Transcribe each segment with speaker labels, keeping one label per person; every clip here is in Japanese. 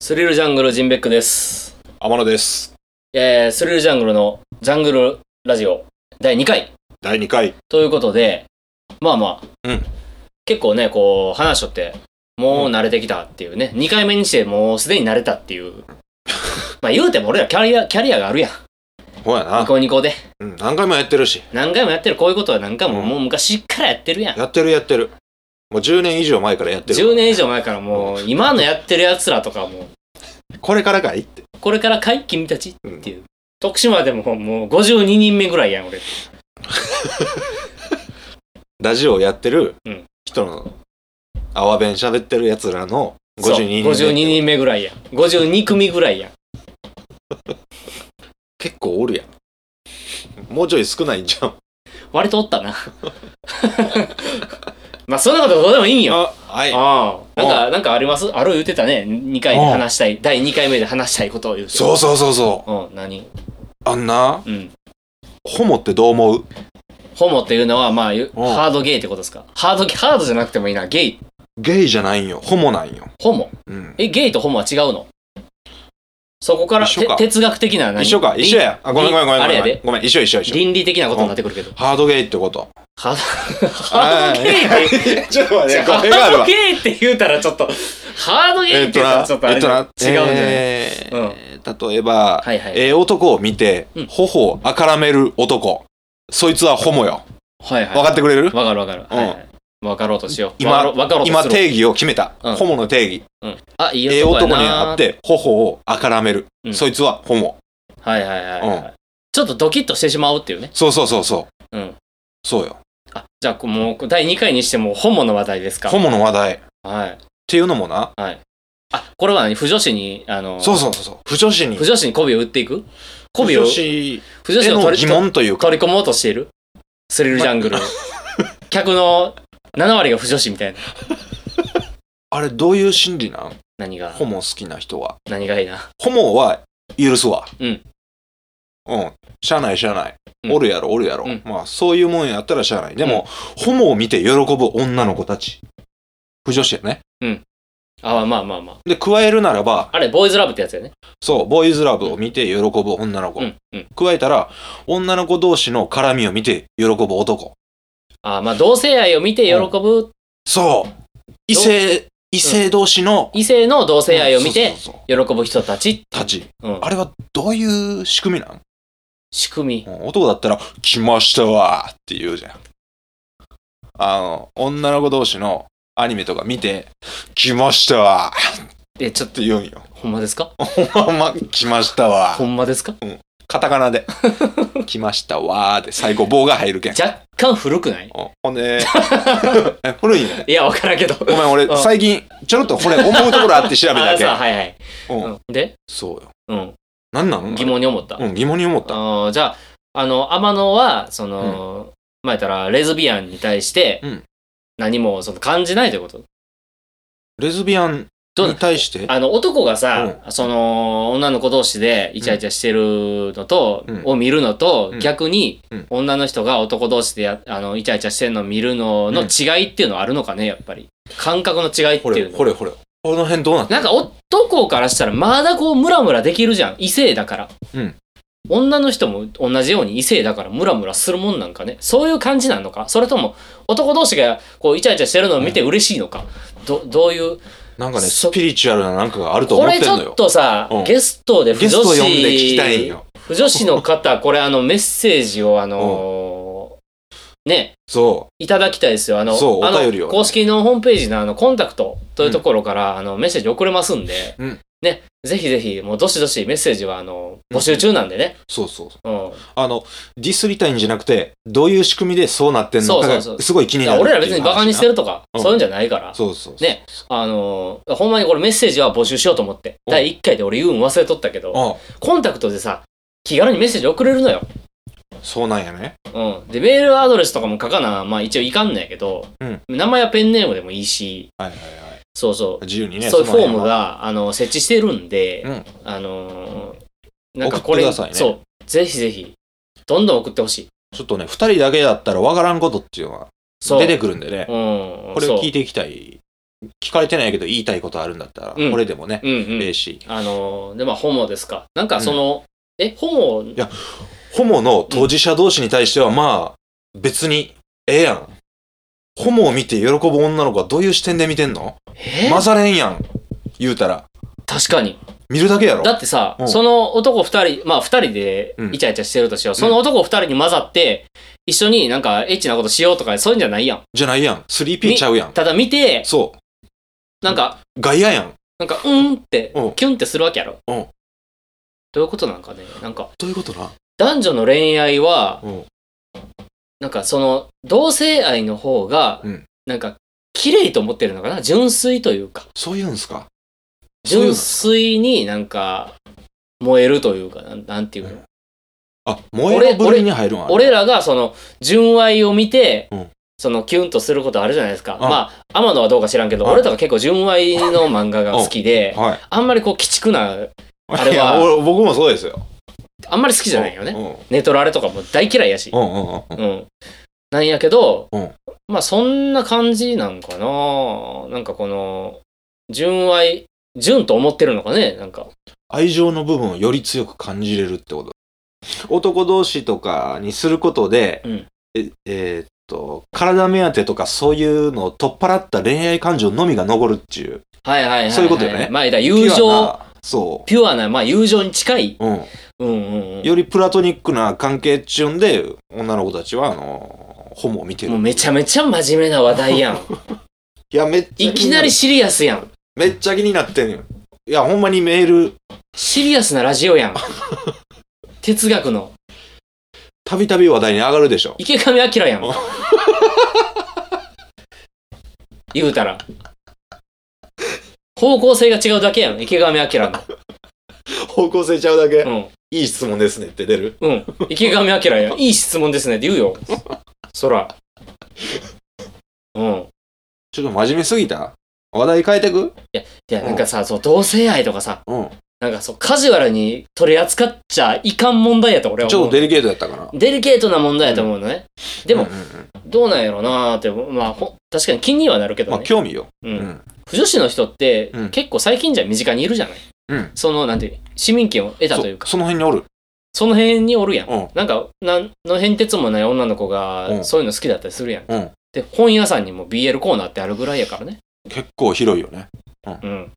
Speaker 1: スリルジャングルジンベックです。
Speaker 2: 天野です。
Speaker 1: えー、スリルジャングルのジャングルラジオ第2回
Speaker 2: 第2回。
Speaker 1: ということで、まあまあ、
Speaker 2: うん
Speaker 1: 結構ね、こう、話しとって、もう慣れてきたっていうね、2回目にしてもうすでに慣れたって いう。まあ言うても俺らキャリア、キャリアがあるやん。
Speaker 2: ほや
Speaker 1: ニ
Speaker 2: な。
Speaker 1: コニコで。
Speaker 2: うん、何回もやってるし。
Speaker 1: 何回もやってる、こういうことは何回も、
Speaker 2: うん
Speaker 1: もう昔っからやってるやん。
Speaker 2: やってるやってる。もう10年以上前からやってる。
Speaker 1: 10年以上前からもう、今のやってる奴らとかも、
Speaker 2: これからかいって。
Speaker 1: これから会君たち
Speaker 2: うん
Speaker 1: っていう。徳島でももう52人目ぐらいやん、俺。
Speaker 2: ラジオをやってる
Speaker 1: うん
Speaker 2: 人の、アワ弁喋ってる奴らの52人目。
Speaker 1: そう52人目ぐらいやん52組ぐらいやん
Speaker 2: 結構おるやん。もうちょい少ないんじゃん。
Speaker 1: 割とおったな まあそんなことどうでもいいんよ
Speaker 2: あ、はい。
Speaker 1: ああなんかなんかありますある言ってたね2回で話したい第2回目で話したいことを言うて
Speaker 2: そうそうそうそう
Speaker 1: うん何
Speaker 2: う。あんな、
Speaker 1: うん
Speaker 2: ホモってどう思う
Speaker 1: ホモっていうのはまあゆ
Speaker 2: うん
Speaker 1: ハードゲイってことですかハードゲハードじゃなくてもいいなゲイ
Speaker 2: ゲイじゃないんよ。ホモなんよ。
Speaker 1: ホモ
Speaker 2: うん。
Speaker 1: えゲイとホモは違うのそこから
Speaker 2: 一緒か
Speaker 1: て哲学的な何
Speaker 2: 一緒か、一緒や。あ、ごめんごめんごめん。
Speaker 1: あれや
Speaker 2: ごめん
Speaker 1: で
Speaker 2: ごめん、一緒一緒一緒。
Speaker 1: 倫理的なことになってくるけど
Speaker 2: ハードゲイっ てこと。
Speaker 1: ハードハードゲイって
Speaker 2: ちょっと待
Speaker 1: じゃあハ
Speaker 2: 語弊があ
Speaker 1: ー
Speaker 2: る
Speaker 1: ド
Speaker 2: わ
Speaker 1: ゲ。ーって言うたらちょっと、ハードゲー
Speaker 2: え
Speaker 1: っ
Speaker 2: っ
Speaker 1: 言
Speaker 2: てと
Speaker 1: うた
Speaker 2: な
Speaker 1: らちょっとあれじゃん、違うんじゃない、
Speaker 2: えっとなえー例えば、
Speaker 1: はいはい
Speaker 2: ええ男を見て、
Speaker 1: うん
Speaker 2: 頬をあからめる男。そいつはホモよ。
Speaker 1: はいはい。
Speaker 2: 分かってくれる
Speaker 1: わかるわかる。
Speaker 2: うん
Speaker 1: はいはいわかろうとしよう。わ
Speaker 2: 今
Speaker 1: かろうわかろう、と
Speaker 2: 今
Speaker 1: する。
Speaker 2: 定義を決めた。
Speaker 1: うん
Speaker 2: ホモの定義。
Speaker 1: うんあ、いい
Speaker 2: ええ
Speaker 1: や
Speaker 2: 男に
Speaker 1: なー
Speaker 2: 会っ。て、頬をあからめる
Speaker 1: う。ん
Speaker 2: そいつはホモ。
Speaker 1: はいはいはいは
Speaker 2: う
Speaker 1: い。ちょっとドキッとしてしまうっていうね。
Speaker 2: そうそうそうそう。
Speaker 1: うん。
Speaker 2: そうよ。
Speaker 1: あ、じゃあもう第2回にしてもホモの話題ですか。
Speaker 2: ホモの話題。っ
Speaker 1: はい。
Speaker 2: ていうのもな。
Speaker 1: はい。あ、これは何不女子に、あの、
Speaker 2: そうそうそうそう。不女子に。
Speaker 1: 不女子に媚びを売っていく
Speaker 2: 不
Speaker 1: 媚びを、
Speaker 2: 女
Speaker 1: 不
Speaker 2: 子
Speaker 1: 女子
Speaker 2: へ
Speaker 1: を
Speaker 2: の
Speaker 1: 取
Speaker 2: 疑
Speaker 1: り
Speaker 2: 問というか。
Speaker 1: 取り込もうとしているスリルジャングルを。 客の7割が不女子みたいな。
Speaker 2: あれ、どういう心理なん
Speaker 1: 何が
Speaker 2: ホモ好きな人は。
Speaker 1: 何がいいな。
Speaker 2: ホモは許すわ。
Speaker 1: うん。
Speaker 2: うん。しゃあないしゃあない。
Speaker 1: うん
Speaker 2: おるやろ、おるやろ。
Speaker 1: うん
Speaker 2: まあ、そういうもんやったらしゃあない。でも、ホモを見て喜ぶ女の子たち。不女子やね。
Speaker 1: ああ、まあまあまあ。
Speaker 2: で、加えるならば、
Speaker 1: あれ、ボーイズラブってやつやね。
Speaker 2: そう、ボーイズラブを見て喜ぶ女の子。
Speaker 1: うん。うん。
Speaker 2: 加えたら、女の子同士の絡みを見て喜ぶ男。
Speaker 1: ああ、まあ、同性愛を見て喜ぶ、
Speaker 2: そう。異性、異性同士の、
Speaker 1: 異性の同性愛を見
Speaker 2: う
Speaker 1: て
Speaker 2: んそうそうそう
Speaker 1: 喜ぶ人たち。
Speaker 2: たち。
Speaker 1: うん
Speaker 2: あ。れはどういう仕組みなん
Speaker 1: 仕組み。
Speaker 2: うん男だったら、来ましたわーって言うじゃん。あの、女の子同士のアニメとか見て、来ましたわー
Speaker 1: え、ちょっ
Speaker 2: っ
Speaker 1: と、
Speaker 2: て言うんよ。
Speaker 1: ほんまですか
Speaker 2: ほんま、来ましたわ
Speaker 1: ほ
Speaker 2: ー。
Speaker 1: んまですか
Speaker 2: カタカナで。来ましたわーで最後棒が入るけん。
Speaker 1: 若干古くない
Speaker 2: うんほんで、え古いね。
Speaker 1: いや、わからんけど。
Speaker 2: ごめん、
Speaker 1: うん
Speaker 2: 俺、最近、ちょろっとこれ思うところあって調べ
Speaker 1: ああ、
Speaker 2: た
Speaker 1: そう、
Speaker 2: け。
Speaker 1: はいはい。
Speaker 2: うん
Speaker 1: うんで、
Speaker 2: そうよ。
Speaker 1: うん。
Speaker 2: なんなの
Speaker 1: 疑。問に思った。
Speaker 2: うん、疑問に思った。
Speaker 1: あーじゃあ、あの、天野は、その、まあ言ったら、レズビアンに対して
Speaker 2: うん、
Speaker 1: 何もその感じないということ。
Speaker 2: レズビアン
Speaker 1: どうな
Speaker 2: に対して
Speaker 1: あの男がさ、その女の子同士でイチャイチャしてるのと、
Speaker 2: うん
Speaker 1: を見るのと、
Speaker 2: うん
Speaker 1: 逆に、
Speaker 2: うん
Speaker 1: 女の人が男同士でやあのイチャイチャしてるのを見るのの
Speaker 2: うん
Speaker 1: 違いっていうのはあるのかねやっぱり感覚の違いって
Speaker 2: ほ
Speaker 1: い
Speaker 2: れ
Speaker 1: うの
Speaker 2: ほれほれ。この辺どうなって
Speaker 1: なん
Speaker 2: る
Speaker 1: か男からしたらまだこうムラムラできるじゃん異性だから、
Speaker 2: うん
Speaker 1: 女の人も同じように異性だからムラムラするもんなんかねそういう感じなのかそれとも男同士がこうイチャイチャしてるのを見て嬉しいのか、どどういう
Speaker 2: なんかね、
Speaker 1: そ
Speaker 2: スピリチュアルななんかがあると
Speaker 1: こ
Speaker 2: 思っ
Speaker 1: れ
Speaker 2: てん
Speaker 1: ち
Speaker 2: の
Speaker 1: ょっ
Speaker 2: よ。
Speaker 1: とさ、
Speaker 2: うん
Speaker 1: ゲストで不
Speaker 2: ゲ
Speaker 1: 女
Speaker 2: ス
Speaker 1: 子
Speaker 2: ト呼んで聞きたいんよ。
Speaker 1: 不女子の方これあのメッセージをあのーね
Speaker 2: そ
Speaker 1: いただきたいですよあの
Speaker 2: そう
Speaker 1: あの
Speaker 2: お便りをね
Speaker 1: 公式のホームページのあのコンタクトというところから、あのメッセージ送れますんで、
Speaker 2: うん
Speaker 1: ねぜひぜひもうどしどしメッセージはあの募集中なんでね、
Speaker 2: う。そうそう。
Speaker 1: うん
Speaker 2: あの、ディスりたいんじゃなくて、どういう仕組みでそうなってんのか
Speaker 1: そうそうそう
Speaker 2: がすごい気に
Speaker 1: い
Speaker 2: な
Speaker 1: や
Speaker 2: る。
Speaker 1: 俺ら別にバカにして
Speaker 2: る。
Speaker 1: るとか、
Speaker 2: うん
Speaker 1: そういうんじゃないから
Speaker 2: そうそうそう。
Speaker 1: ねあのーほんまにこれメッセージは募集しようと思って
Speaker 2: うん
Speaker 1: 第1回で俺言うん忘れとったけど
Speaker 2: あ
Speaker 1: コンタクトでさ気軽にメッセージ送れるのよ
Speaker 2: そうなんやね。
Speaker 1: うん。で、メールアドレスとかも書かな、まあ一応いかんねんやけど、
Speaker 2: うん
Speaker 1: 名前はペンネームでもいいし、
Speaker 2: はいはいはい。
Speaker 1: そうそう。
Speaker 2: 自由にね。
Speaker 1: そういう
Speaker 2: そ
Speaker 1: フ
Speaker 2: の
Speaker 1: ォー
Speaker 2: 辺
Speaker 1: ム
Speaker 2: は。
Speaker 1: が、あの、設置してるんで、
Speaker 2: うん
Speaker 1: あのーなんかこれ、
Speaker 2: 送ってくださいね
Speaker 1: そう。ぜひぜひ、どんどん送ってほしい。
Speaker 2: ちょっとね、二人だけだったらわからんことっていうのは
Speaker 1: そう。
Speaker 2: 出てくるんでね。
Speaker 1: うん。
Speaker 2: これを聞い
Speaker 1: て。
Speaker 2: ていきたい聞かれてないけど言いたいことあるんだったら、
Speaker 1: うん
Speaker 2: これでもね、
Speaker 1: うんうん
Speaker 2: ええし、
Speaker 1: あのーでまあホモですかなんかその、えホモ
Speaker 2: やホモの当事者同士に対しては、まあ、別に、ええやん。ホモを見て喜ぶ女の子はどういう視点で見てんの
Speaker 1: え
Speaker 2: 混ざれんやん。言うたら、
Speaker 1: 確かに
Speaker 2: 見るだけやろ。
Speaker 1: だってさ、
Speaker 2: うん
Speaker 1: その男2人まあ2人で
Speaker 2: うん
Speaker 1: イチャイチャしてるとしよう、その男2人に混ざって一緒になんかエッチなことしようとかそういうんじゃないやん
Speaker 2: じゃないやん。3P
Speaker 1: み
Speaker 2: ちゃうやん。
Speaker 1: ただ見て
Speaker 2: そ
Speaker 1: なんか
Speaker 2: う。外野やん。
Speaker 1: なんかうんって
Speaker 2: うん
Speaker 1: キュンってするわけやろ、
Speaker 2: うん
Speaker 1: どういうことなんかねなんか
Speaker 2: どういうことな
Speaker 1: 男女の恋愛は
Speaker 2: うん。
Speaker 1: なんかその同性愛の方が
Speaker 2: うん
Speaker 1: なんか綺麗と思ってるのかな純粋というか
Speaker 2: そういうんすか。そういう
Speaker 1: 純
Speaker 2: の
Speaker 1: 粋になんか燃えるというかなんなんていうの、
Speaker 2: あ、燃える部類に入るんあれ
Speaker 1: 俺らがその純愛を見て、
Speaker 2: うん
Speaker 1: そのキュンとすることあるじゃないですか
Speaker 2: あ
Speaker 1: まあ天野はどうか知らんけど
Speaker 2: あ
Speaker 1: 俺とか結構純愛の漫画が好きで
Speaker 2: はい。
Speaker 1: あんまりこう鬼畜なあれはい
Speaker 2: や俺僕もそうですよ。
Speaker 1: あんまり好きじゃないよね
Speaker 2: ね。
Speaker 1: ネトラレとかも大嫌いやし
Speaker 2: うんうんうんうん。
Speaker 1: うんなんやけど、
Speaker 2: うん
Speaker 1: まあそんな感じなんかななんかこの純愛純と思ってるのかねなんか
Speaker 2: 愛情の部分をより強く感じれるってこと。男同士とかにすることで、
Speaker 1: うん
Speaker 2: ええーっと、体目当てとかそういうのを取っ払った恋愛感情のみが残るっていう。
Speaker 1: はいはいはい、はい、
Speaker 2: そういうことよね
Speaker 1: まあ言ったら友
Speaker 2: ピュア
Speaker 1: 情
Speaker 2: なそ。
Speaker 1: ピュアなまあ友情に近いう
Speaker 2: うん。
Speaker 1: うんうんうん
Speaker 2: よりプラトニックな関係っちゅうんで、女の子たちは、あのーホモを見てる。
Speaker 1: もうめちゃめちゃ真面目な話題 やん
Speaker 2: いや、めっちゃ気に
Speaker 1: い
Speaker 2: る
Speaker 1: きなりシリアスやん
Speaker 2: めっちゃ気になってんよ。いや、ほんまにメール、
Speaker 1: シリアスなラジオ やん哲学の
Speaker 2: たびたび話題に上がるでしょ。
Speaker 1: 池上彰 やん言うたら方向性が違うだけやん池上彰の
Speaker 2: 方向性ちゃうだけ、
Speaker 1: うん
Speaker 2: いい質問ですねって出る。
Speaker 1: うん池上彰やんいい質問ですねって言うよそらうん
Speaker 2: ちょっと真面目すぎた話題変えてく
Speaker 1: いやなんかさそう同性愛とかさ
Speaker 2: うん。
Speaker 1: なんかそうカジュアルに取り扱っちゃいかん問題やと俺は
Speaker 2: ちょ
Speaker 1: 思
Speaker 2: っと
Speaker 1: う
Speaker 2: デリケートやったかな。
Speaker 1: デリケートな問題やと思うのね。で
Speaker 2: う
Speaker 1: も
Speaker 2: ん、うんうん
Speaker 1: どうなんやろなーって、まあ、ほ確かに気にはなるけ
Speaker 2: ま
Speaker 1: ど
Speaker 2: あ、
Speaker 1: ね。
Speaker 2: 興味よ。
Speaker 1: う。
Speaker 2: うんん。
Speaker 1: 不女子の人って
Speaker 2: うん、
Speaker 1: 結構最近じゃ身近にいるじゃない。
Speaker 2: うん。
Speaker 1: その、なんていう、市民権を得た
Speaker 2: そ
Speaker 1: というか、
Speaker 2: その辺におる。
Speaker 1: その辺におるやん。
Speaker 2: うん。
Speaker 1: なんか、なんの変哲もない女の子
Speaker 2: う
Speaker 1: が、
Speaker 2: ん
Speaker 1: そういうの好きだったりするやん。
Speaker 2: うん
Speaker 1: で、本屋さんにも BL コーナーってあるぐらいやからね。
Speaker 2: 結構広いよね。
Speaker 1: うん。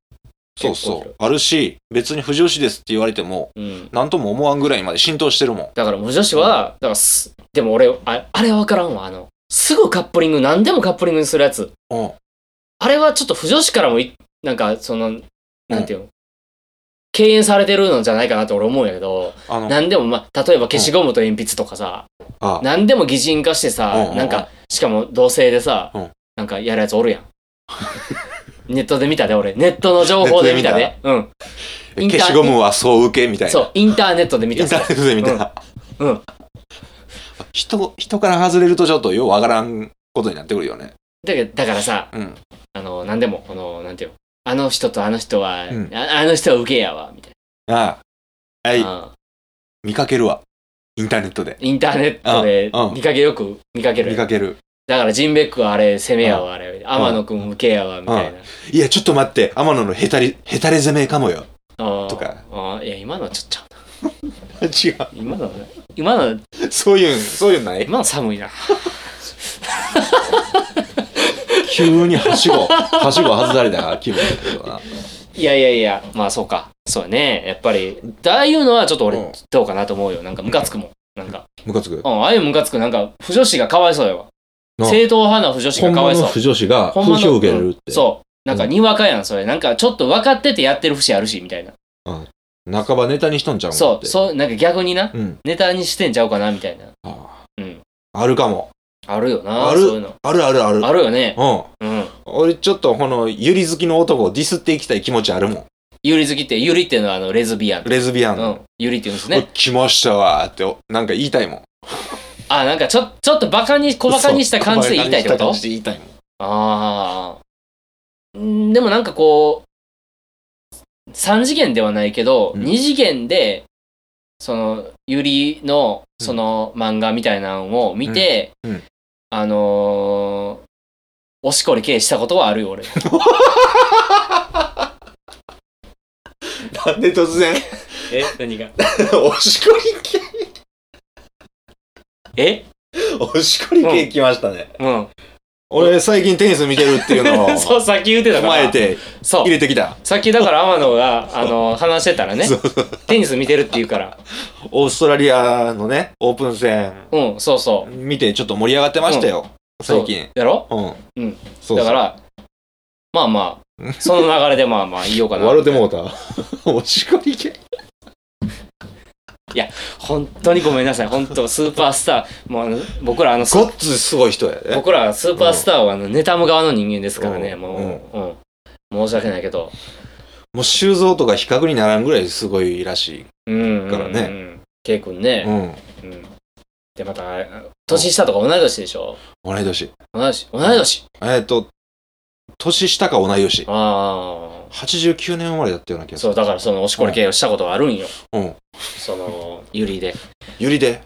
Speaker 2: そう
Speaker 1: 結構広
Speaker 2: そ。
Speaker 1: いう
Speaker 2: あるし、別に不女子ですって言われても、
Speaker 1: うん。
Speaker 2: なんとも思わんぐらいまで浸透してるもん。
Speaker 1: だから、不女子は、だからす、でも俺、ああれはわからんわ。あの、すぐカップリング、何でもカップリングにするやつ。
Speaker 2: うん。
Speaker 1: あれはちょっと不女子からもい、なんか、その、なんていうの、敬遠されてるのじゃないかなって俺思うんやけど、
Speaker 2: あの、
Speaker 1: なんでも、まあ、例えば消しゴムと鉛筆とかさ、
Speaker 2: あ、
Speaker 1: なんでも擬人化して
Speaker 2: うんうん
Speaker 1: さ
Speaker 2: う、ん
Speaker 1: なんか、しかも同性でさ
Speaker 2: うん、
Speaker 1: なんかやるやつおるやん。 ネットで見たで、俺。ネットの情報で見た
Speaker 2: ネ
Speaker 1: で。うん。インター
Speaker 2: 消しゴムはそう受けみたいな。
Speaker 1: そう、インターネットで見
Speaker 2: イン
Speaker 1: た
Speaker 2: ター。ネットで見たら、
Speaker 1: うんうん
Speaker 2: 人、人から外れるとちょっとようわからんことになってくるよね。
Speaker 1: だけどだからさ、
Speaker 2: うん。
Speaker 1: あの、なんでも、この、なんていうの、あの人とあの人は、
Speaker 2: うん
Speaker 1: ああの人は受けやわ、みたい
Speaker 2: ああはい、
Speaker 1: な。うん
Speaker 2: 見かけるわ。インターネットで。
Speaker 1: インターネットで
Speaker 2: うんうん
Speaker 1: 見かけよく見かける
Speaker 2: 見。かける。
Speaker 1: だからジンベックはあれ攻めやわあれ天野くん受けやわみたいな。
Speaker 2: いや、ちょっと待って、天野のヘタリ、ヘタレ攻めかもよ。
Speaker 1: あー
Speaker 2: とか。
Speaker 1: あーいや今のはちょっとちゃう
Speaker 2: 違う。
Speaker 1: な今のは今のは
Speaker 2: そういうん、そういうんない
Speaker 1: 今のは寒いな。
Speaker 2: 急には しご、はしご外された気分だけどな。
Speaker 1: いやいやいやまあそうかそうやねやっぱりああいうのはちょっと
Speaker 2: うん
Speaker 1: 俺どうかなと思うよなんかムカつくもん。なんか、
Speaker 2: ムカつく
Speaker 1: う。ん、ああいうムカつくなんか不女子がかわいそうやわ。
Speaker 2: な
Speaker 1: 正統派な不女子が
Speaker 2: 本
Speaker 1: かわ
Speaker 2: 物
Speaker 1: いそ
Speaker 2: の
Speaker 1: う。
Speaker 2: 不女子が
Speaker 1: ほんま
Speaker 2: 風
Speaker 1: の
Speaker 2: 評を受けるって。
Speaker 1: そう。なんかにわかやんそれ。なんかちょっと分かっててやってる節あるしみたいな。
Speaker 2: 半ばネタにしとんちゃうんかっ
Speaker 1: そう
Speaker 2: て。
Speaker 1: そうなんか逆にな
Speaker 2: う。うん。
Speaker 1: ネタにしてんちゃうかなみたいな。
Speaker 2: ああ
Speaker 1: うん
Speaker 2: あるかも。
Speaker 1: あるよな
Speaker 2: ある
Speaker 1: そういうの。
Speaker 2: あるあるある。
Speaker 1: あるよね。
Speaker 2: うん。
Speaker 1: うん。
Speaker 2: 俺ちょっとこのゆり好きの男をディスっていきたい気持ちあるもん。
Speaker 1: ゆり好きって、ゆりっていうのはあのレズビアン。
Speaker 2: レズビアン
Speaker 1: う
Speaker 2: の。
Speaker 1: ん。ゆりって言うんです
Speaker 2: ね
Speaker 1: ね。、
Speaker 2: 来ましたわーっておなんか言いたいもん。
Speaker 1: あ、なんかちょ、ちょっとバカに、小バカにした感じで言いたいってこ
Speaker 2: 小馬鹿
Speaker 1: と
Speaker 2: にした感じで言いたいもん。
Speaker 1: ああ。んでもなんかこう、3次元ではないけど、
Speaker 2: うん
Speaker 1: 二2次元で、その、ゆりの、
Speaker 2: うん
Speaker 1: その漫画みたいなのを見て、
Speaker 2: うんうん
Speaker 1: あのおしこりけいしたことはあるよ、俺。
Speaker 2: なんで突然
Speaker 1: え何が
Speaker 2: おしこり系
Speaker 1: え
Speaker 2: おしこり系来ましたね、
Speaker 1: うん。
Speaker 2: 俺最近テニス見てるっていうのを踏
Speaker 1: そう、さっき言ってたから。
Speaker 2: まえて
Speaker 1: そう
Speaker 2: 入。れてきた
Speaker 1: さっきだから天野が、あの、話してたらね、テニス見てるって言うから。
Speaker 2: オーストラリアのねオープン戦
Speaker 1: うん、そうそう。
Speaker 2: 見てちょっと盛り上がってましたよ、最近
Speaker 1: そうやろ
Speaker 2: うん
Speaker 1: うん
Speaker 2: そうそう
Speaker 1: だから、まあま あ、その流れでまあまあ言おうかな。
Speaker 2: 笑うてもうた おしこり系
Speaker 1: 本当にごめんなさい。本当スーパースター。もうあの、僕らあの、
Speaker 2: ごっつすごい人やで
Speaker 1: 僕らスーパースターはあの、ネタム側の人間ですからね、
Speaker 2: うん
Speaker 1: もう、うん。申し訳ないけど。
Speaker 2: もう修造とか比較にならんぐらいすごいらしい
Speaker 1: うん。
Speaker 2: からね
Speaker 1: うん。ケイ君
Speaker 2: う
Speaker 1: ね。
Speaker 2: ん
Speaker 1: うん。で、また、あの年下とか同い年でしょ
Speaker 2: 同い年
Speaker 1: 同い年。同い年。
Speaker 2: えっと年下か同い年
Speaker 1: ああ。
Speaker 2: 89年生まれだったような気がす
Speaker 1: そ
Speaker 2: る
Speaker 1: う、だからその、おしこり系をしたことがあるんよ。
Speaker 2: うん
Speaker 1: その、ゆりで。
Speaker 2: ゆりで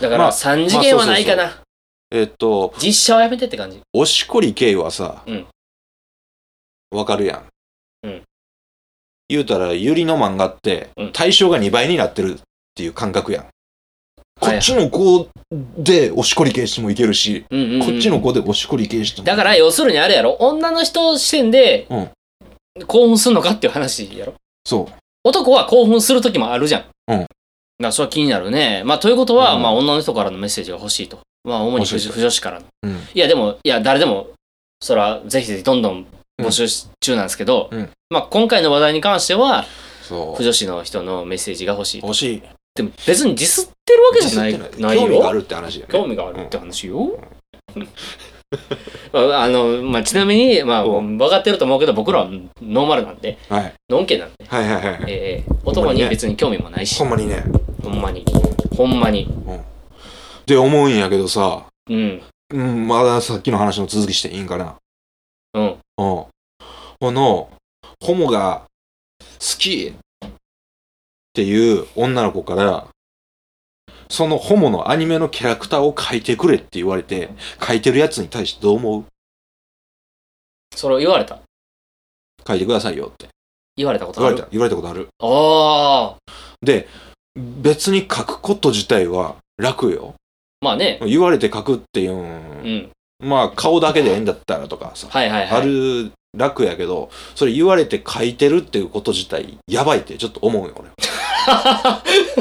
Speaker 1: だか
Speaker 2: まあ
Speaker 1: ら、3次元はないか
Speaker 2: ま
Speaker 1: な。
Speaker 2: えっと
Speaker 1: 実写はやめてって感じ。
Speaker 2: おしこり系はさ、
Speaker 1: うん
Speaker 2: わかるやん。
Speaker 1: うん
Speaker 2: 言うたら、ゆりの漫画って
Speaker 1: うん、
Speaker 2: 対象が2倍になってるっていう感覚やん。こ
Speaker 1: はい
Speaker 2: っちの子でおしこり系してもいけるし、
Speaker 1: うんうんうん、
Speaker 2: こっちの子でおしこり系しても。
Speaker 1: だから、、要するにあれやろ。女の人視点で、興奮するのかっていう話やろ。
Speaker 2: そ
Speaker 1: 男は興奮する時もあるじゃん。
Speaker 2: うん
Speaker 1: だからそれは気になるね。まあ、ということは、
Speaker 2: うん
Speaker 1: まあ、女の人からのメッセージが欲しいと。まあ、主に
Speaker 2: 欲
Speaker 1: 不
Speaker 2: しいと
Speaker 1: 不女子からの。
Speaker 2: う。うん。
Speaker 1: いや、でも、いや、誰でも、それはぜひぜひどんどん募集し中なんですけど、
Speaker 2: うん
Speaker 1: まあ、今回の話題に関しては、
Speaker 2: そ
Speaker 1: 不
Speaker 2: う。
Speaker 1: 女子の人のメッセージが欲しい。
Speaker 2: 欲しい。わ
Speaker 1: でも、別にディスってるわけじゃないないよ。
Speaker 2: 興味があるって話やね。
Speaker 1: 興味があるって話よ。 ああの、まあ、ちなみに、まあ、
Speaker 2: う
Speaker 1: 分かってると思うけど、僕らはノーマルなんで、
Speaker 2: はい。
Speaker 1: のんけなんで、
Speaker 2: はいはいはいはい。
Speaker 1: えー
Speaker 2: んまに
Speaker 1: 男
Speaker 2: ね
Speaker 1: に別に興味もないし
Speaker 2: ほ、んまにね。
Speaker 1: ほんまに、ほんまに。
Speaker 2: で、思うんやけどさ、
Speaker 1: うん、
Speaker 2: うん、まださっきの話の続きしていいんかな。
Speaker 1: うん、
Speaker 2: うん。この、ホモが好きっていう女の子から、そのホモのアニメのキャラクターを描いてくれって言われて、描いてるやつに対してどう思う
Speaker 1: それを言われた。
Speaker 2: 描いてくださいよって。
Speaker 1: 言われたこと
Speaker 2: 言
Speaker 1: ある。
Speaker 2: われた、言われたことある。
Speaker 1: ああ、
Speaker 2: で、別に描くこと自体は楽よ。
Speaker 1: まあね、
Speaker 2: 言われて描くっていう、
Speaker 1: うんん、
Speaker 2: まあ顔だけでええんだったらとかさ、
Speaker 1: はいはいはい。
Speaker 2: ある楽やけど、それ言われて書いてるっていうこと自体、やばいってちょっと思うよ、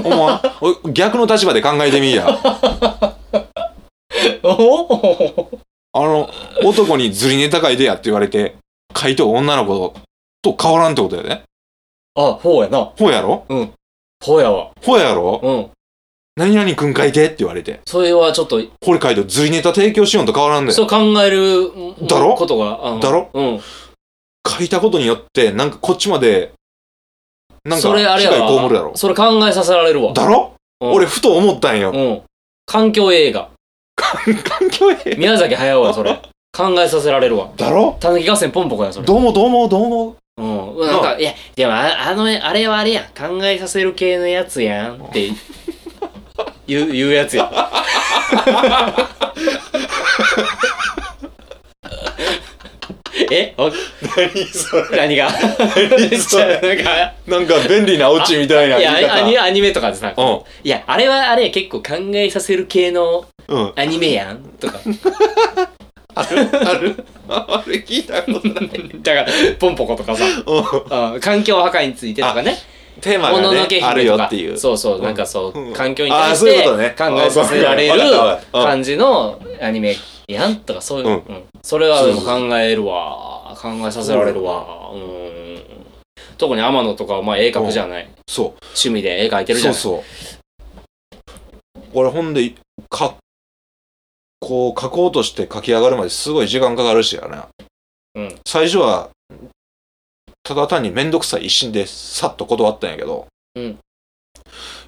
Speaker 2: 俺。思わんお逆の立場で考えてみいや。
Speaker 1: お
Speaker 2: あの、男にずりネタ書いてやって言われて、書いてる女の子と変わらんってことやね。
Speaker 1: あ、ほうやな。
Speaker 2: ほうやろ
Speaker 1: ほうやわ。
Speaker 2: ほうやろ
Speaker 1: うん。
Speaker 2: 何々くん書いてって言われて、
Speaker 1: それはちょっと、
Speaker 2: これ書いてずりネタ提供しようんと変わらんねん。
Speaker 1: そう考えるうん
Speaker 2: だろ
Speaker 1: ことが、あの
Speaker 2: だろ
Speaker 1: うん。
Speaker 2: 書いたことによって、なんかこっちまで、なんか
Speaker 1: それあれ
Speaker 2: 被
Speaker 1: や
Speaker 2: 害
Speaker 1: わ。
Speaker 2: 被るやろ。
Speaker 1: それ考えさせられるわ。
Speaker 2: だろ
Speaker 1: うん
Speaker 2: 俺ふと思ったんよ。
Speaker 1: うん。環境映画。
Speaker 2: 環境ええ。
Speaker 1: 宮崎駿はそれ。考えさせられるわ。
Speaker 2: だろ
Speaker 1: たぬき合戦ポンポコや、それ。
Speaker 2: どうもどうもどうも。
Speaker 1: うん。うんなん
Speaker 2: な
Speaker 1: か、いや、でもあ、あの、あれはあれやん。考えさせる系のやつやんって、言 う、言うやつや。えお
Speaker 2: 何それ。
Speaker 1: 何が
Speaker 2: それ
Speaker 1: なんか
Speaker 2: なんか便利なオチみたいない
Speaker 1: や
Speaker 2: 言い
Speaker 1: アニ
Speaker 2: 方。
Speaker 1: アニメとかでさ、いやあれはあれ結構考えさせる系の
Speaker 2: うん。うん。
Speaker 1: アニメやんと か
Speaker 2: あ るある。あれ聞いたことない。
Speaker 1: だからポンポコとかさ
Speaker 2: う
Speaker 1: あ環境破壊についてとかね
Speaker 2: ん。テーマ
Speaker 1: もの
Speaker 2: が
Speaker 1: の
Speaker 2: ね
Speaker 1: け姫とか
Speaker 2: あるよっていう。
Speaker 1: そうそう、
Speaker 2: うん
Speaker 1: なんかそううん環境に
Speaker 2: あ
Speaker 1: 対
Speaker 2: ー
Speaker 1: し
Speaker 2: そういう
Speaker 1: て
Speaker 2: こ
Speaker 1: 考
Speaker 2: とね
Speaker 1: えさせられる
Speaker 2: あーわかったわかったうん
Speaker 1: 感じのアニメやんとかそういう、
Speaker 2: うん
Speaker 1: うんそれはでも考えるわ考えさせられるわうん特に天野とかはまあ絵描くじゃない
Speaker 2: そ。
Speaker 1: 趣味で絵描いうてるじゃ
Speaker 2: そう
Speaker 1: ない
Speaker 2: そう。俺ほんで、か、こう書こうとして書き上がるまですごい時間かかるしやな。
Speaker 1: うん。
Speaker 2: 最初は、ただ単にめんどくさい一心でさっと断ったんやけど、
Speaker 1: うん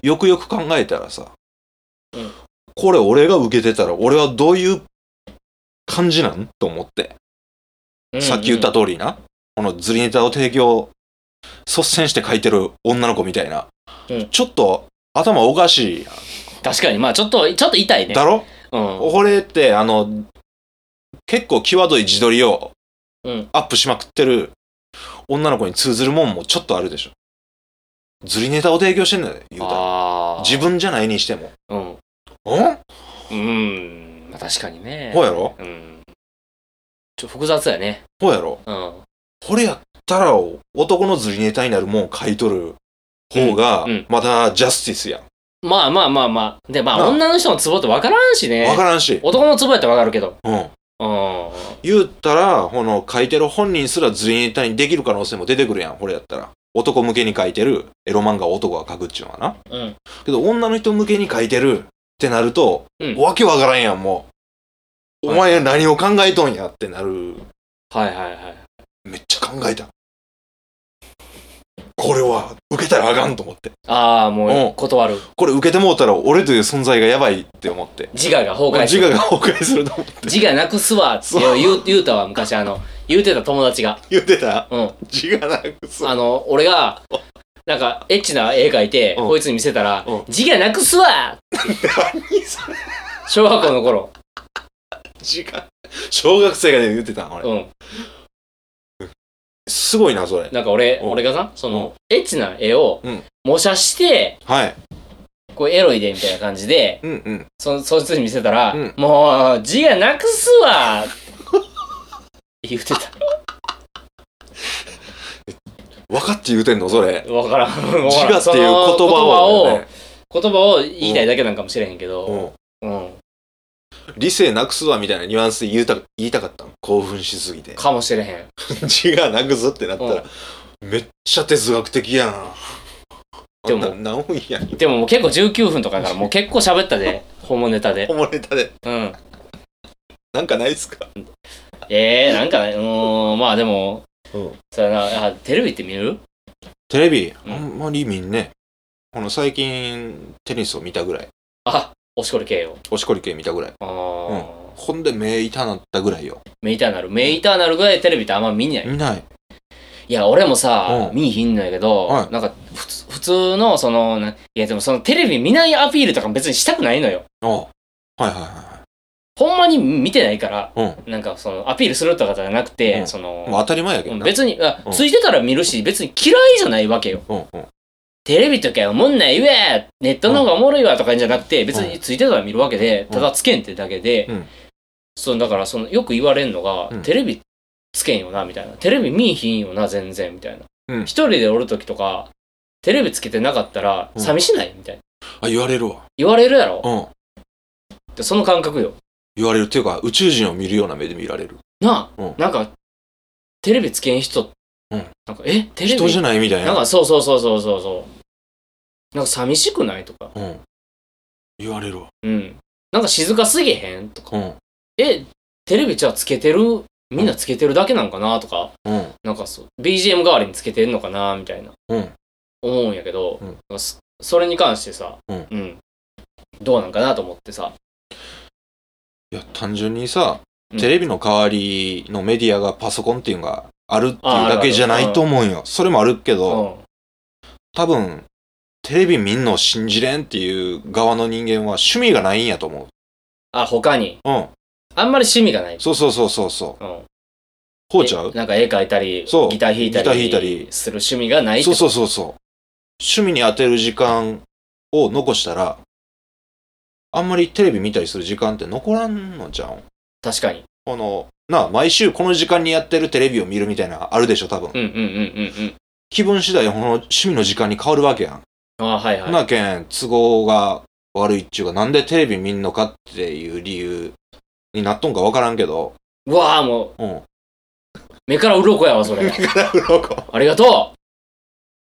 Speaker 2: よくよく考えたらさ、
Speaker 1: うん
Speaker 2: これ俺が受けてたら俺はどういう感じなんと思って、
Speaker 1: うん
Speaker 2: さっき言った通りなこのズリネタを提供率先して書いてる女の子みたいな、
Speaker 1: うん
Speaker 2: ちょっと頭おかしいやん
Speaker 1: 確かにまあちょっとちょっと痛いね
Speaker 2: だろ
Speaker 1: うん
Speaker 2: これってあの結構際どい自撮りを
Speaker 1: うん
Speaker 2: アップしまくってる女の子に通ずるもんもちょっとあるでしょ。ずりネタを提供してんだよ、言うたら。
Speaker 1: ああ。
Speaker 2: 自分じゃないにしても。
Speaker 1: うん。
Speaker 2: ん
Speaker 1: うん。まあ確かにね。
Speaker 2: ほやろ
Speaker 1: うん。ちょ、複雑やね。
Speaker 2: ほやろ
Speaker 1: うん。
Speaker 2: これやったら男のずりネタになるもん買い取る方が
Speaker 1: うんうん
Speaker 2: まだジャスティスやん。
Speaker 1: まあまあまあまあ。で、ま
Speaker 2: な
Speaker 1: あ
Speaker 2: あ
Speaker 1: 女の人のツボって分からんしね。
Speaker 2: わからんし。
Speaker 1: 男のツボやったら分かるけど。
Speaker 2: うん。
Speaker 1: うん。
Speaker 2: 言ったら、この書いてる本人すらずりネタにできる可能性も出てくるやん、これやったら。男向けに書いてるエロ漫画を男が書くっちゅうのはな。
Speaker 1: うん。
Speaker 2: けど女の人向けに書いてるってなると、
Speaker 1: うん
Speaker 2: わけわからんやん、もう。お前何を考えとんやってなる。
Speaker 1: はいはいはい。
Speaker 2: めっちゃ考えた。これは受けたらあかんと思って。
Speaker 1: ああ、も
Speaker 2: うん
Speaker 1: う断る。
Speaker 2: これ受けてもうたら俺という存在がやばいって思って。
Speaker 1: 自我が崩壊す
Speaker 2: 自
Speaker 1: る。
Speaker 2: 我が崩壊すると思って
Speaker 1: 自我なくすわって
Speaker 2: そう
Speaker 1: 言う言うたわ、昔あの、言うてた友達が。
Speaker 2: 言ってた
Speaker 1: うん。
Speaker 2: 自我なくす
Speaker 1: あの、俺が、なんか、エッチな絵描いて、
Speaker 2: うん
Speaker 1: こいつに見せたら
Speaker 2: うん、
Speaker 1: 自我なくすわ
Speaker 2: 何それ
Speaker 1: 小学校の頃。
Speaker 2: 自我小学生がね言ってたん俺、
Speaker 1: うん。
Speaker 2: すごいなそれ
Speaker 1: なんか俺、
Speaker 2: うん
Speaker 1: 俺がな、その、エッチな絵を
Speaker 2: うん、
Speaker 1: 模写して、
Speaker 2: はい
Speaker 1: こうエロいでみたいな感じで、
Speaker 2: うんうん
Speaker 1: そ、そいつに見せたら、
Speaker 2: うん
Speaker 1: もう、自我なくすわって言って た。
Speaker 2: 分かって言うてんのそれ
Speaker 1: わからん。わからん
Speaker 2: 自我っていう言葉を,、
Speaker 1: その
Speaker 2: ね
Speaker 1: 言葉を、言葉を言いたいだけなんかもしれへんけど、
Speaker 2: うん
Speaker 1: うん。
Speaker 2: 理性なくすわみたいなニュアンスで言うた言いたかったの興奮しすぎて
Speaker 1: かもしれへん。
Speaker 2: 自我なくすってなったら、めっちゃ哲学的やな
Speaker 1: でも
Speaker 2: あんな何本やん
Speaker 1: でももう結構19分とかやから、もう結構喋ったで、ホモネタで。
Speaker 2: おもれたで
Speaker 1: うん。
Speaker 2: なんかないっすか
Speaker 1: ええー、なんかね、うーん、まあでも、
Speaker 2: うん
Speaker 1: それな、あテレビって見る
Speaker 2: テレビ、
Speaker 1: うん
Speaker 2: あんまり見んね。この最近、テニスを見たぐらい。
Speaker 1: あ、おしこり系よ。
Speaker 2: おしこり系見たぐらい。
Speaker 1: ああ、
Speaker 2: ほんで、目痛なったぐらいよ。
Speaker 1: メイターなる。メイターなるぐらいテレビってあんま見ない。
Speaker 2: 見ない。
Speaker 1: いや、俺もさ、
Speaker 2: うん
Speaker 1: 見いひんのやけど、
Speaker 2: はい
Speaker 1: なんか、普通普通の、その、ないやでもそのテレビ見ないアピールとか別にしたくないのよ。
Speaker 2: ああはいはいは
Speaker 1: ほんまに見てないから、
Speaker 2: いはい。
Speaker 1: なんかその、アピールするとかじゃなくて、
Speaker 2: うん
Speaker 1: そ
Speaker 2: うん。まあ
Speaker 1: の、
Speaker 2: 当たり前やけ
Speaker 1: う
Speaker 2: ど
Speaker 1: ん
Speaker 2: な。
Speaker 1: 別に、あ
Speaker 2: うん
Speaker 1: ついてたら見るし、別に嫌いじゃないわけよ。
Speaker 2: うんうん。
Speaker 1: テレビとかおもんないわネットの方がおもろいわとかじゃなくて、別についてたら見るわけで、
Speaker 2: うん
Speaker 1: ただつけんってだけで、
Speaker 2: うん
Speaker 1: そうだからそのよく言われるのが、
Speaker 2: うん
Speaker 1: テレビつけんよなみたいなテレビ見いひんよな全然みたいな、
Speaker 2: うん
Speaker 1: 一人でおる時とかテレビつけてなかったら
Speaker 2: うん
Speaker 1: 寂しないみたいな
Speaker 2: あ、言われるわ。
Speaker 1: 言われるやろ、
Speaker 2: うん。
Speaker 1: でその感覚よ
Speaker 2: 言われるっていうか、宇宙人を見るような目で見られる。
Speaker 1: なあ、
Speaker 2: うん
Speaker 1: なんかテレビつけん人、
Speaker 2: うん
Speaker 1: なんかえテレビ
Speaker 2: 人じゃないみたい
Speaker 1: なん
Speaker 2: な。
Speaker 1: かそうそうそうそうそうそうなんか寂しくないとか
Speaker 2: うん。言われるわ。
Speaker 1: うんなんか静かすぎへんとか
Speaker 2: うん。
Speaker 1: え、テレビじゃあつけてるみんなつけてるだけなんかなとか、
Speaker 2: うん。
Speaker 1: なんかそう、BGM 代わりにつけてんのかなみたいな、
Speaker 2: うん
Speaker 1: 思うんやけど、
Speaker 2: うん
Speaker 1: なんかそそれに関してさ、
Speaker 2: うん
Speaker 1: どうなんかなと思ってさ、
Speaker 2: いや、単純にさ、
Speaker 1: うん
Speaker 2: テレビの代わりのメディアがパソコンっていうのがあるっていう
Speaker 1: ああるある
Speaker 2: だけじゃないと思うんよ。それもあるけ
Speaker 1: う
Speaker 2: ど、
Speaker 1: ん、
Speaker 2: 多分、テレビ見んの信じれんっていう側の人間は趣味がないんやと思
Speaker 1: あ、他に、
Speaker 2: う。うん。
Speaker 1: あんまり趣味がない。
Speaker 2: そうそうそうそうそう。
Speaker 1: うん、
Speaker 2: こうちゃう
Speaker 1: えなんか絵描いたり、
Speaker 2: そう
Speaker 1: ギター弾いたり
Speaker 2: ギター弾いたり
Speaker 1: する趣味がないって
Speaker 2: そうそうそうそう。趣味に当てる時間を残したら、あんまりテレビ見たりする時間って残らんのじゃん。
Speaker 1: 確かに。
Speaker 2: この、なあ、毎週この時間にやってるテレビを見るみたいな、あるでしょ、多分。
Speaker 1: うんうんうんうんうん。
Speaker 2: 気分次第、この趣味の時間に変わるわけやん。
Speaker 1: あはいはい。
Speaker 2: なけん、都合が悪いっちゅうか、なんでテレビ見んのかっていう理由になっとんかわからんけど、
Speaker 1: うわあもう、
Speaker 2: うん。
Speaker 1: 目から鱗やわ、そ れ。ありがとう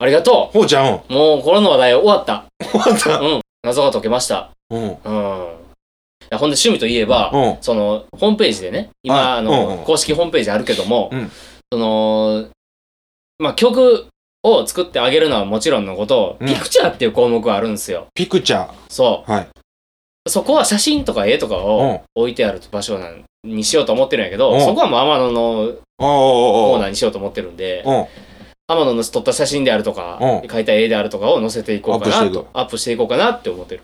Speaker 1: ありがと
Speaker 2: ほうちゃん、
Speaker 1: うもう、これの話題終わった。
Speaker 2: 終わった。
Speaker 1: うん。謎が解けました。
Speaker 2: うん。うん。
Speaker 1: うん。いやほんで趣味といえば、
Speaker 2: は
Speaker 1: その、ホームページでね、今、
Speaker 2: はい
Speaker 1: あの、
Speaker 2: うんうん
Speaker 1: 公式ホームページあるけども、
Speaker 2: うん
Speaker 1: その、まあ、曲を作ってあげるのはもちろんのこと、
Speaker 2: うん
Speaker 1: ピクチャーっていう項目があるんですよ。
Speaker 2: ピクチャー。
Speaker 1: そ。
Speaker 2: はいう
Speaker 1: そこは写真とか絵とかを
Speaker 2: ん。
Speaker 1: 置いてある場所なんにしようと思ってるんやけ
Speaker 2: う
Speaker 1: ど、
Speaker 2: ん
Speaker 1: そこはもう天野のコ
Speaker 2: お
Speaker 1: ー
Speaker 2: ーおーおー
Speaker 1: ナーにしようと思ってるんで、
Speaker 2: おー
Speaker 1: 天野の撮った写真であるとか、
Speaker 2: うん
Speaker 1: 描いた絵であるとかを載せていこうか
Speaker 2: アップ
Speaker 1: な
Speaker 2: していく
Speaker 1: と、アップしていこうかなって思ってる。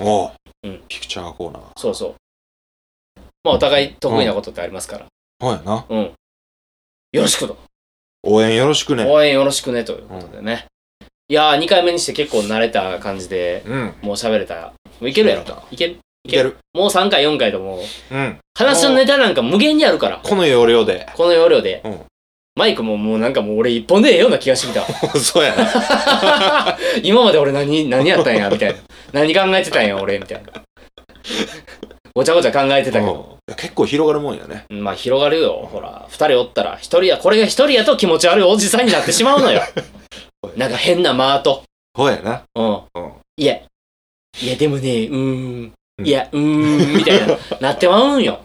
Speaker 2: おー
Speaker 1: うん
Speaker 2: ピクチャーコーナー。
Speaker 1: そうそう。まあお互い得意なことってありますから。
Speaker 2: ほやな。
Speaker 1: うん。よろしくと。
Speaker 2: 応援よろしくね。
Speaker 1: 応援よろしくねということでね。いやー、2回目にして結構慣れた感じで、
Speaker 2: うん。
Speaker 1: もう喋れた。もういけるや
Speaker 2: 喋れた
Speaker 1: ろ。いける。
Speaker 2: いける。
Speaker 1: もう3回、4回ともう、
Speaker 2: うん。
Speaker 1: 話のネタなんか無限にあるから、
Speaker 2: この要 領で。
Speaker 1: この要領で。
Speaker 2: うん
Speaker 1: マイクももうなんかもう俺一本でええような気がしてきた。
Speaker 2: そうやな。
Speaker 1: 今まで俺何、何やったんや、みたいな。何考えてたんや、俺、みたいな。ごちゃごちゃ考えてたけど。
Speaker 2: うん結構広がるもんやね。
Speaker 1: まあ広がるよ。ほら、二人おったら、一人や、これが一人やと気持ち悪いおじさんになってしまうのよ。なんか変な間と。
Speaker 2: ほやな。
Speaker 1: うん。
Speaker 2: うん
Speaker 1: いや、いやでもね、うーん。
Speaker 2: うん
Speaker 1: いや、うーん、みたいな、なってまうんよ。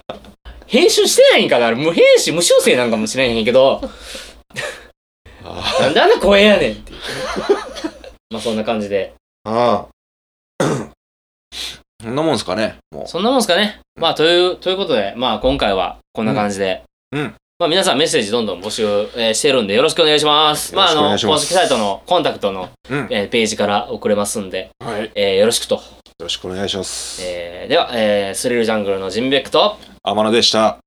Speaker 1: 編集してないんかなあれ無編集、無修正なんかもしれへんけど、
Speaker 2: あ
Speaker 1: なんであんな声やねんっていう。まあそんな感じで。
Speaker 2: あ。 そんなもんすかね。も
Speaker 1: そんなもんすかね。まあという、ということで、まあ今回はこんな感じで。
Speaker 2: うんうん
Speaker 1: まあ皆さんメッセージどんどん募集、えーしてるんでよろしくお願いします。
Speaker 2: よろしくお
Speaker 1: あ
Speaker 2: 願
Speaker 1: の、
Speaker 2: いしま
Speaker 1: 公
Speaker 2: す
Speaker 1: 式サイトのコンタクトの、
Speaker 2: う。うん。
Speaker 1: えーページから送れますんで、
Speaker 2: はい。よ
Speaker 1: えーよろしくと。
Speaker 2: ろしくお願いします。
Speaker 1: えーでは、えースリルジャングルのジンベックと、
Speaker 2: 天野でした。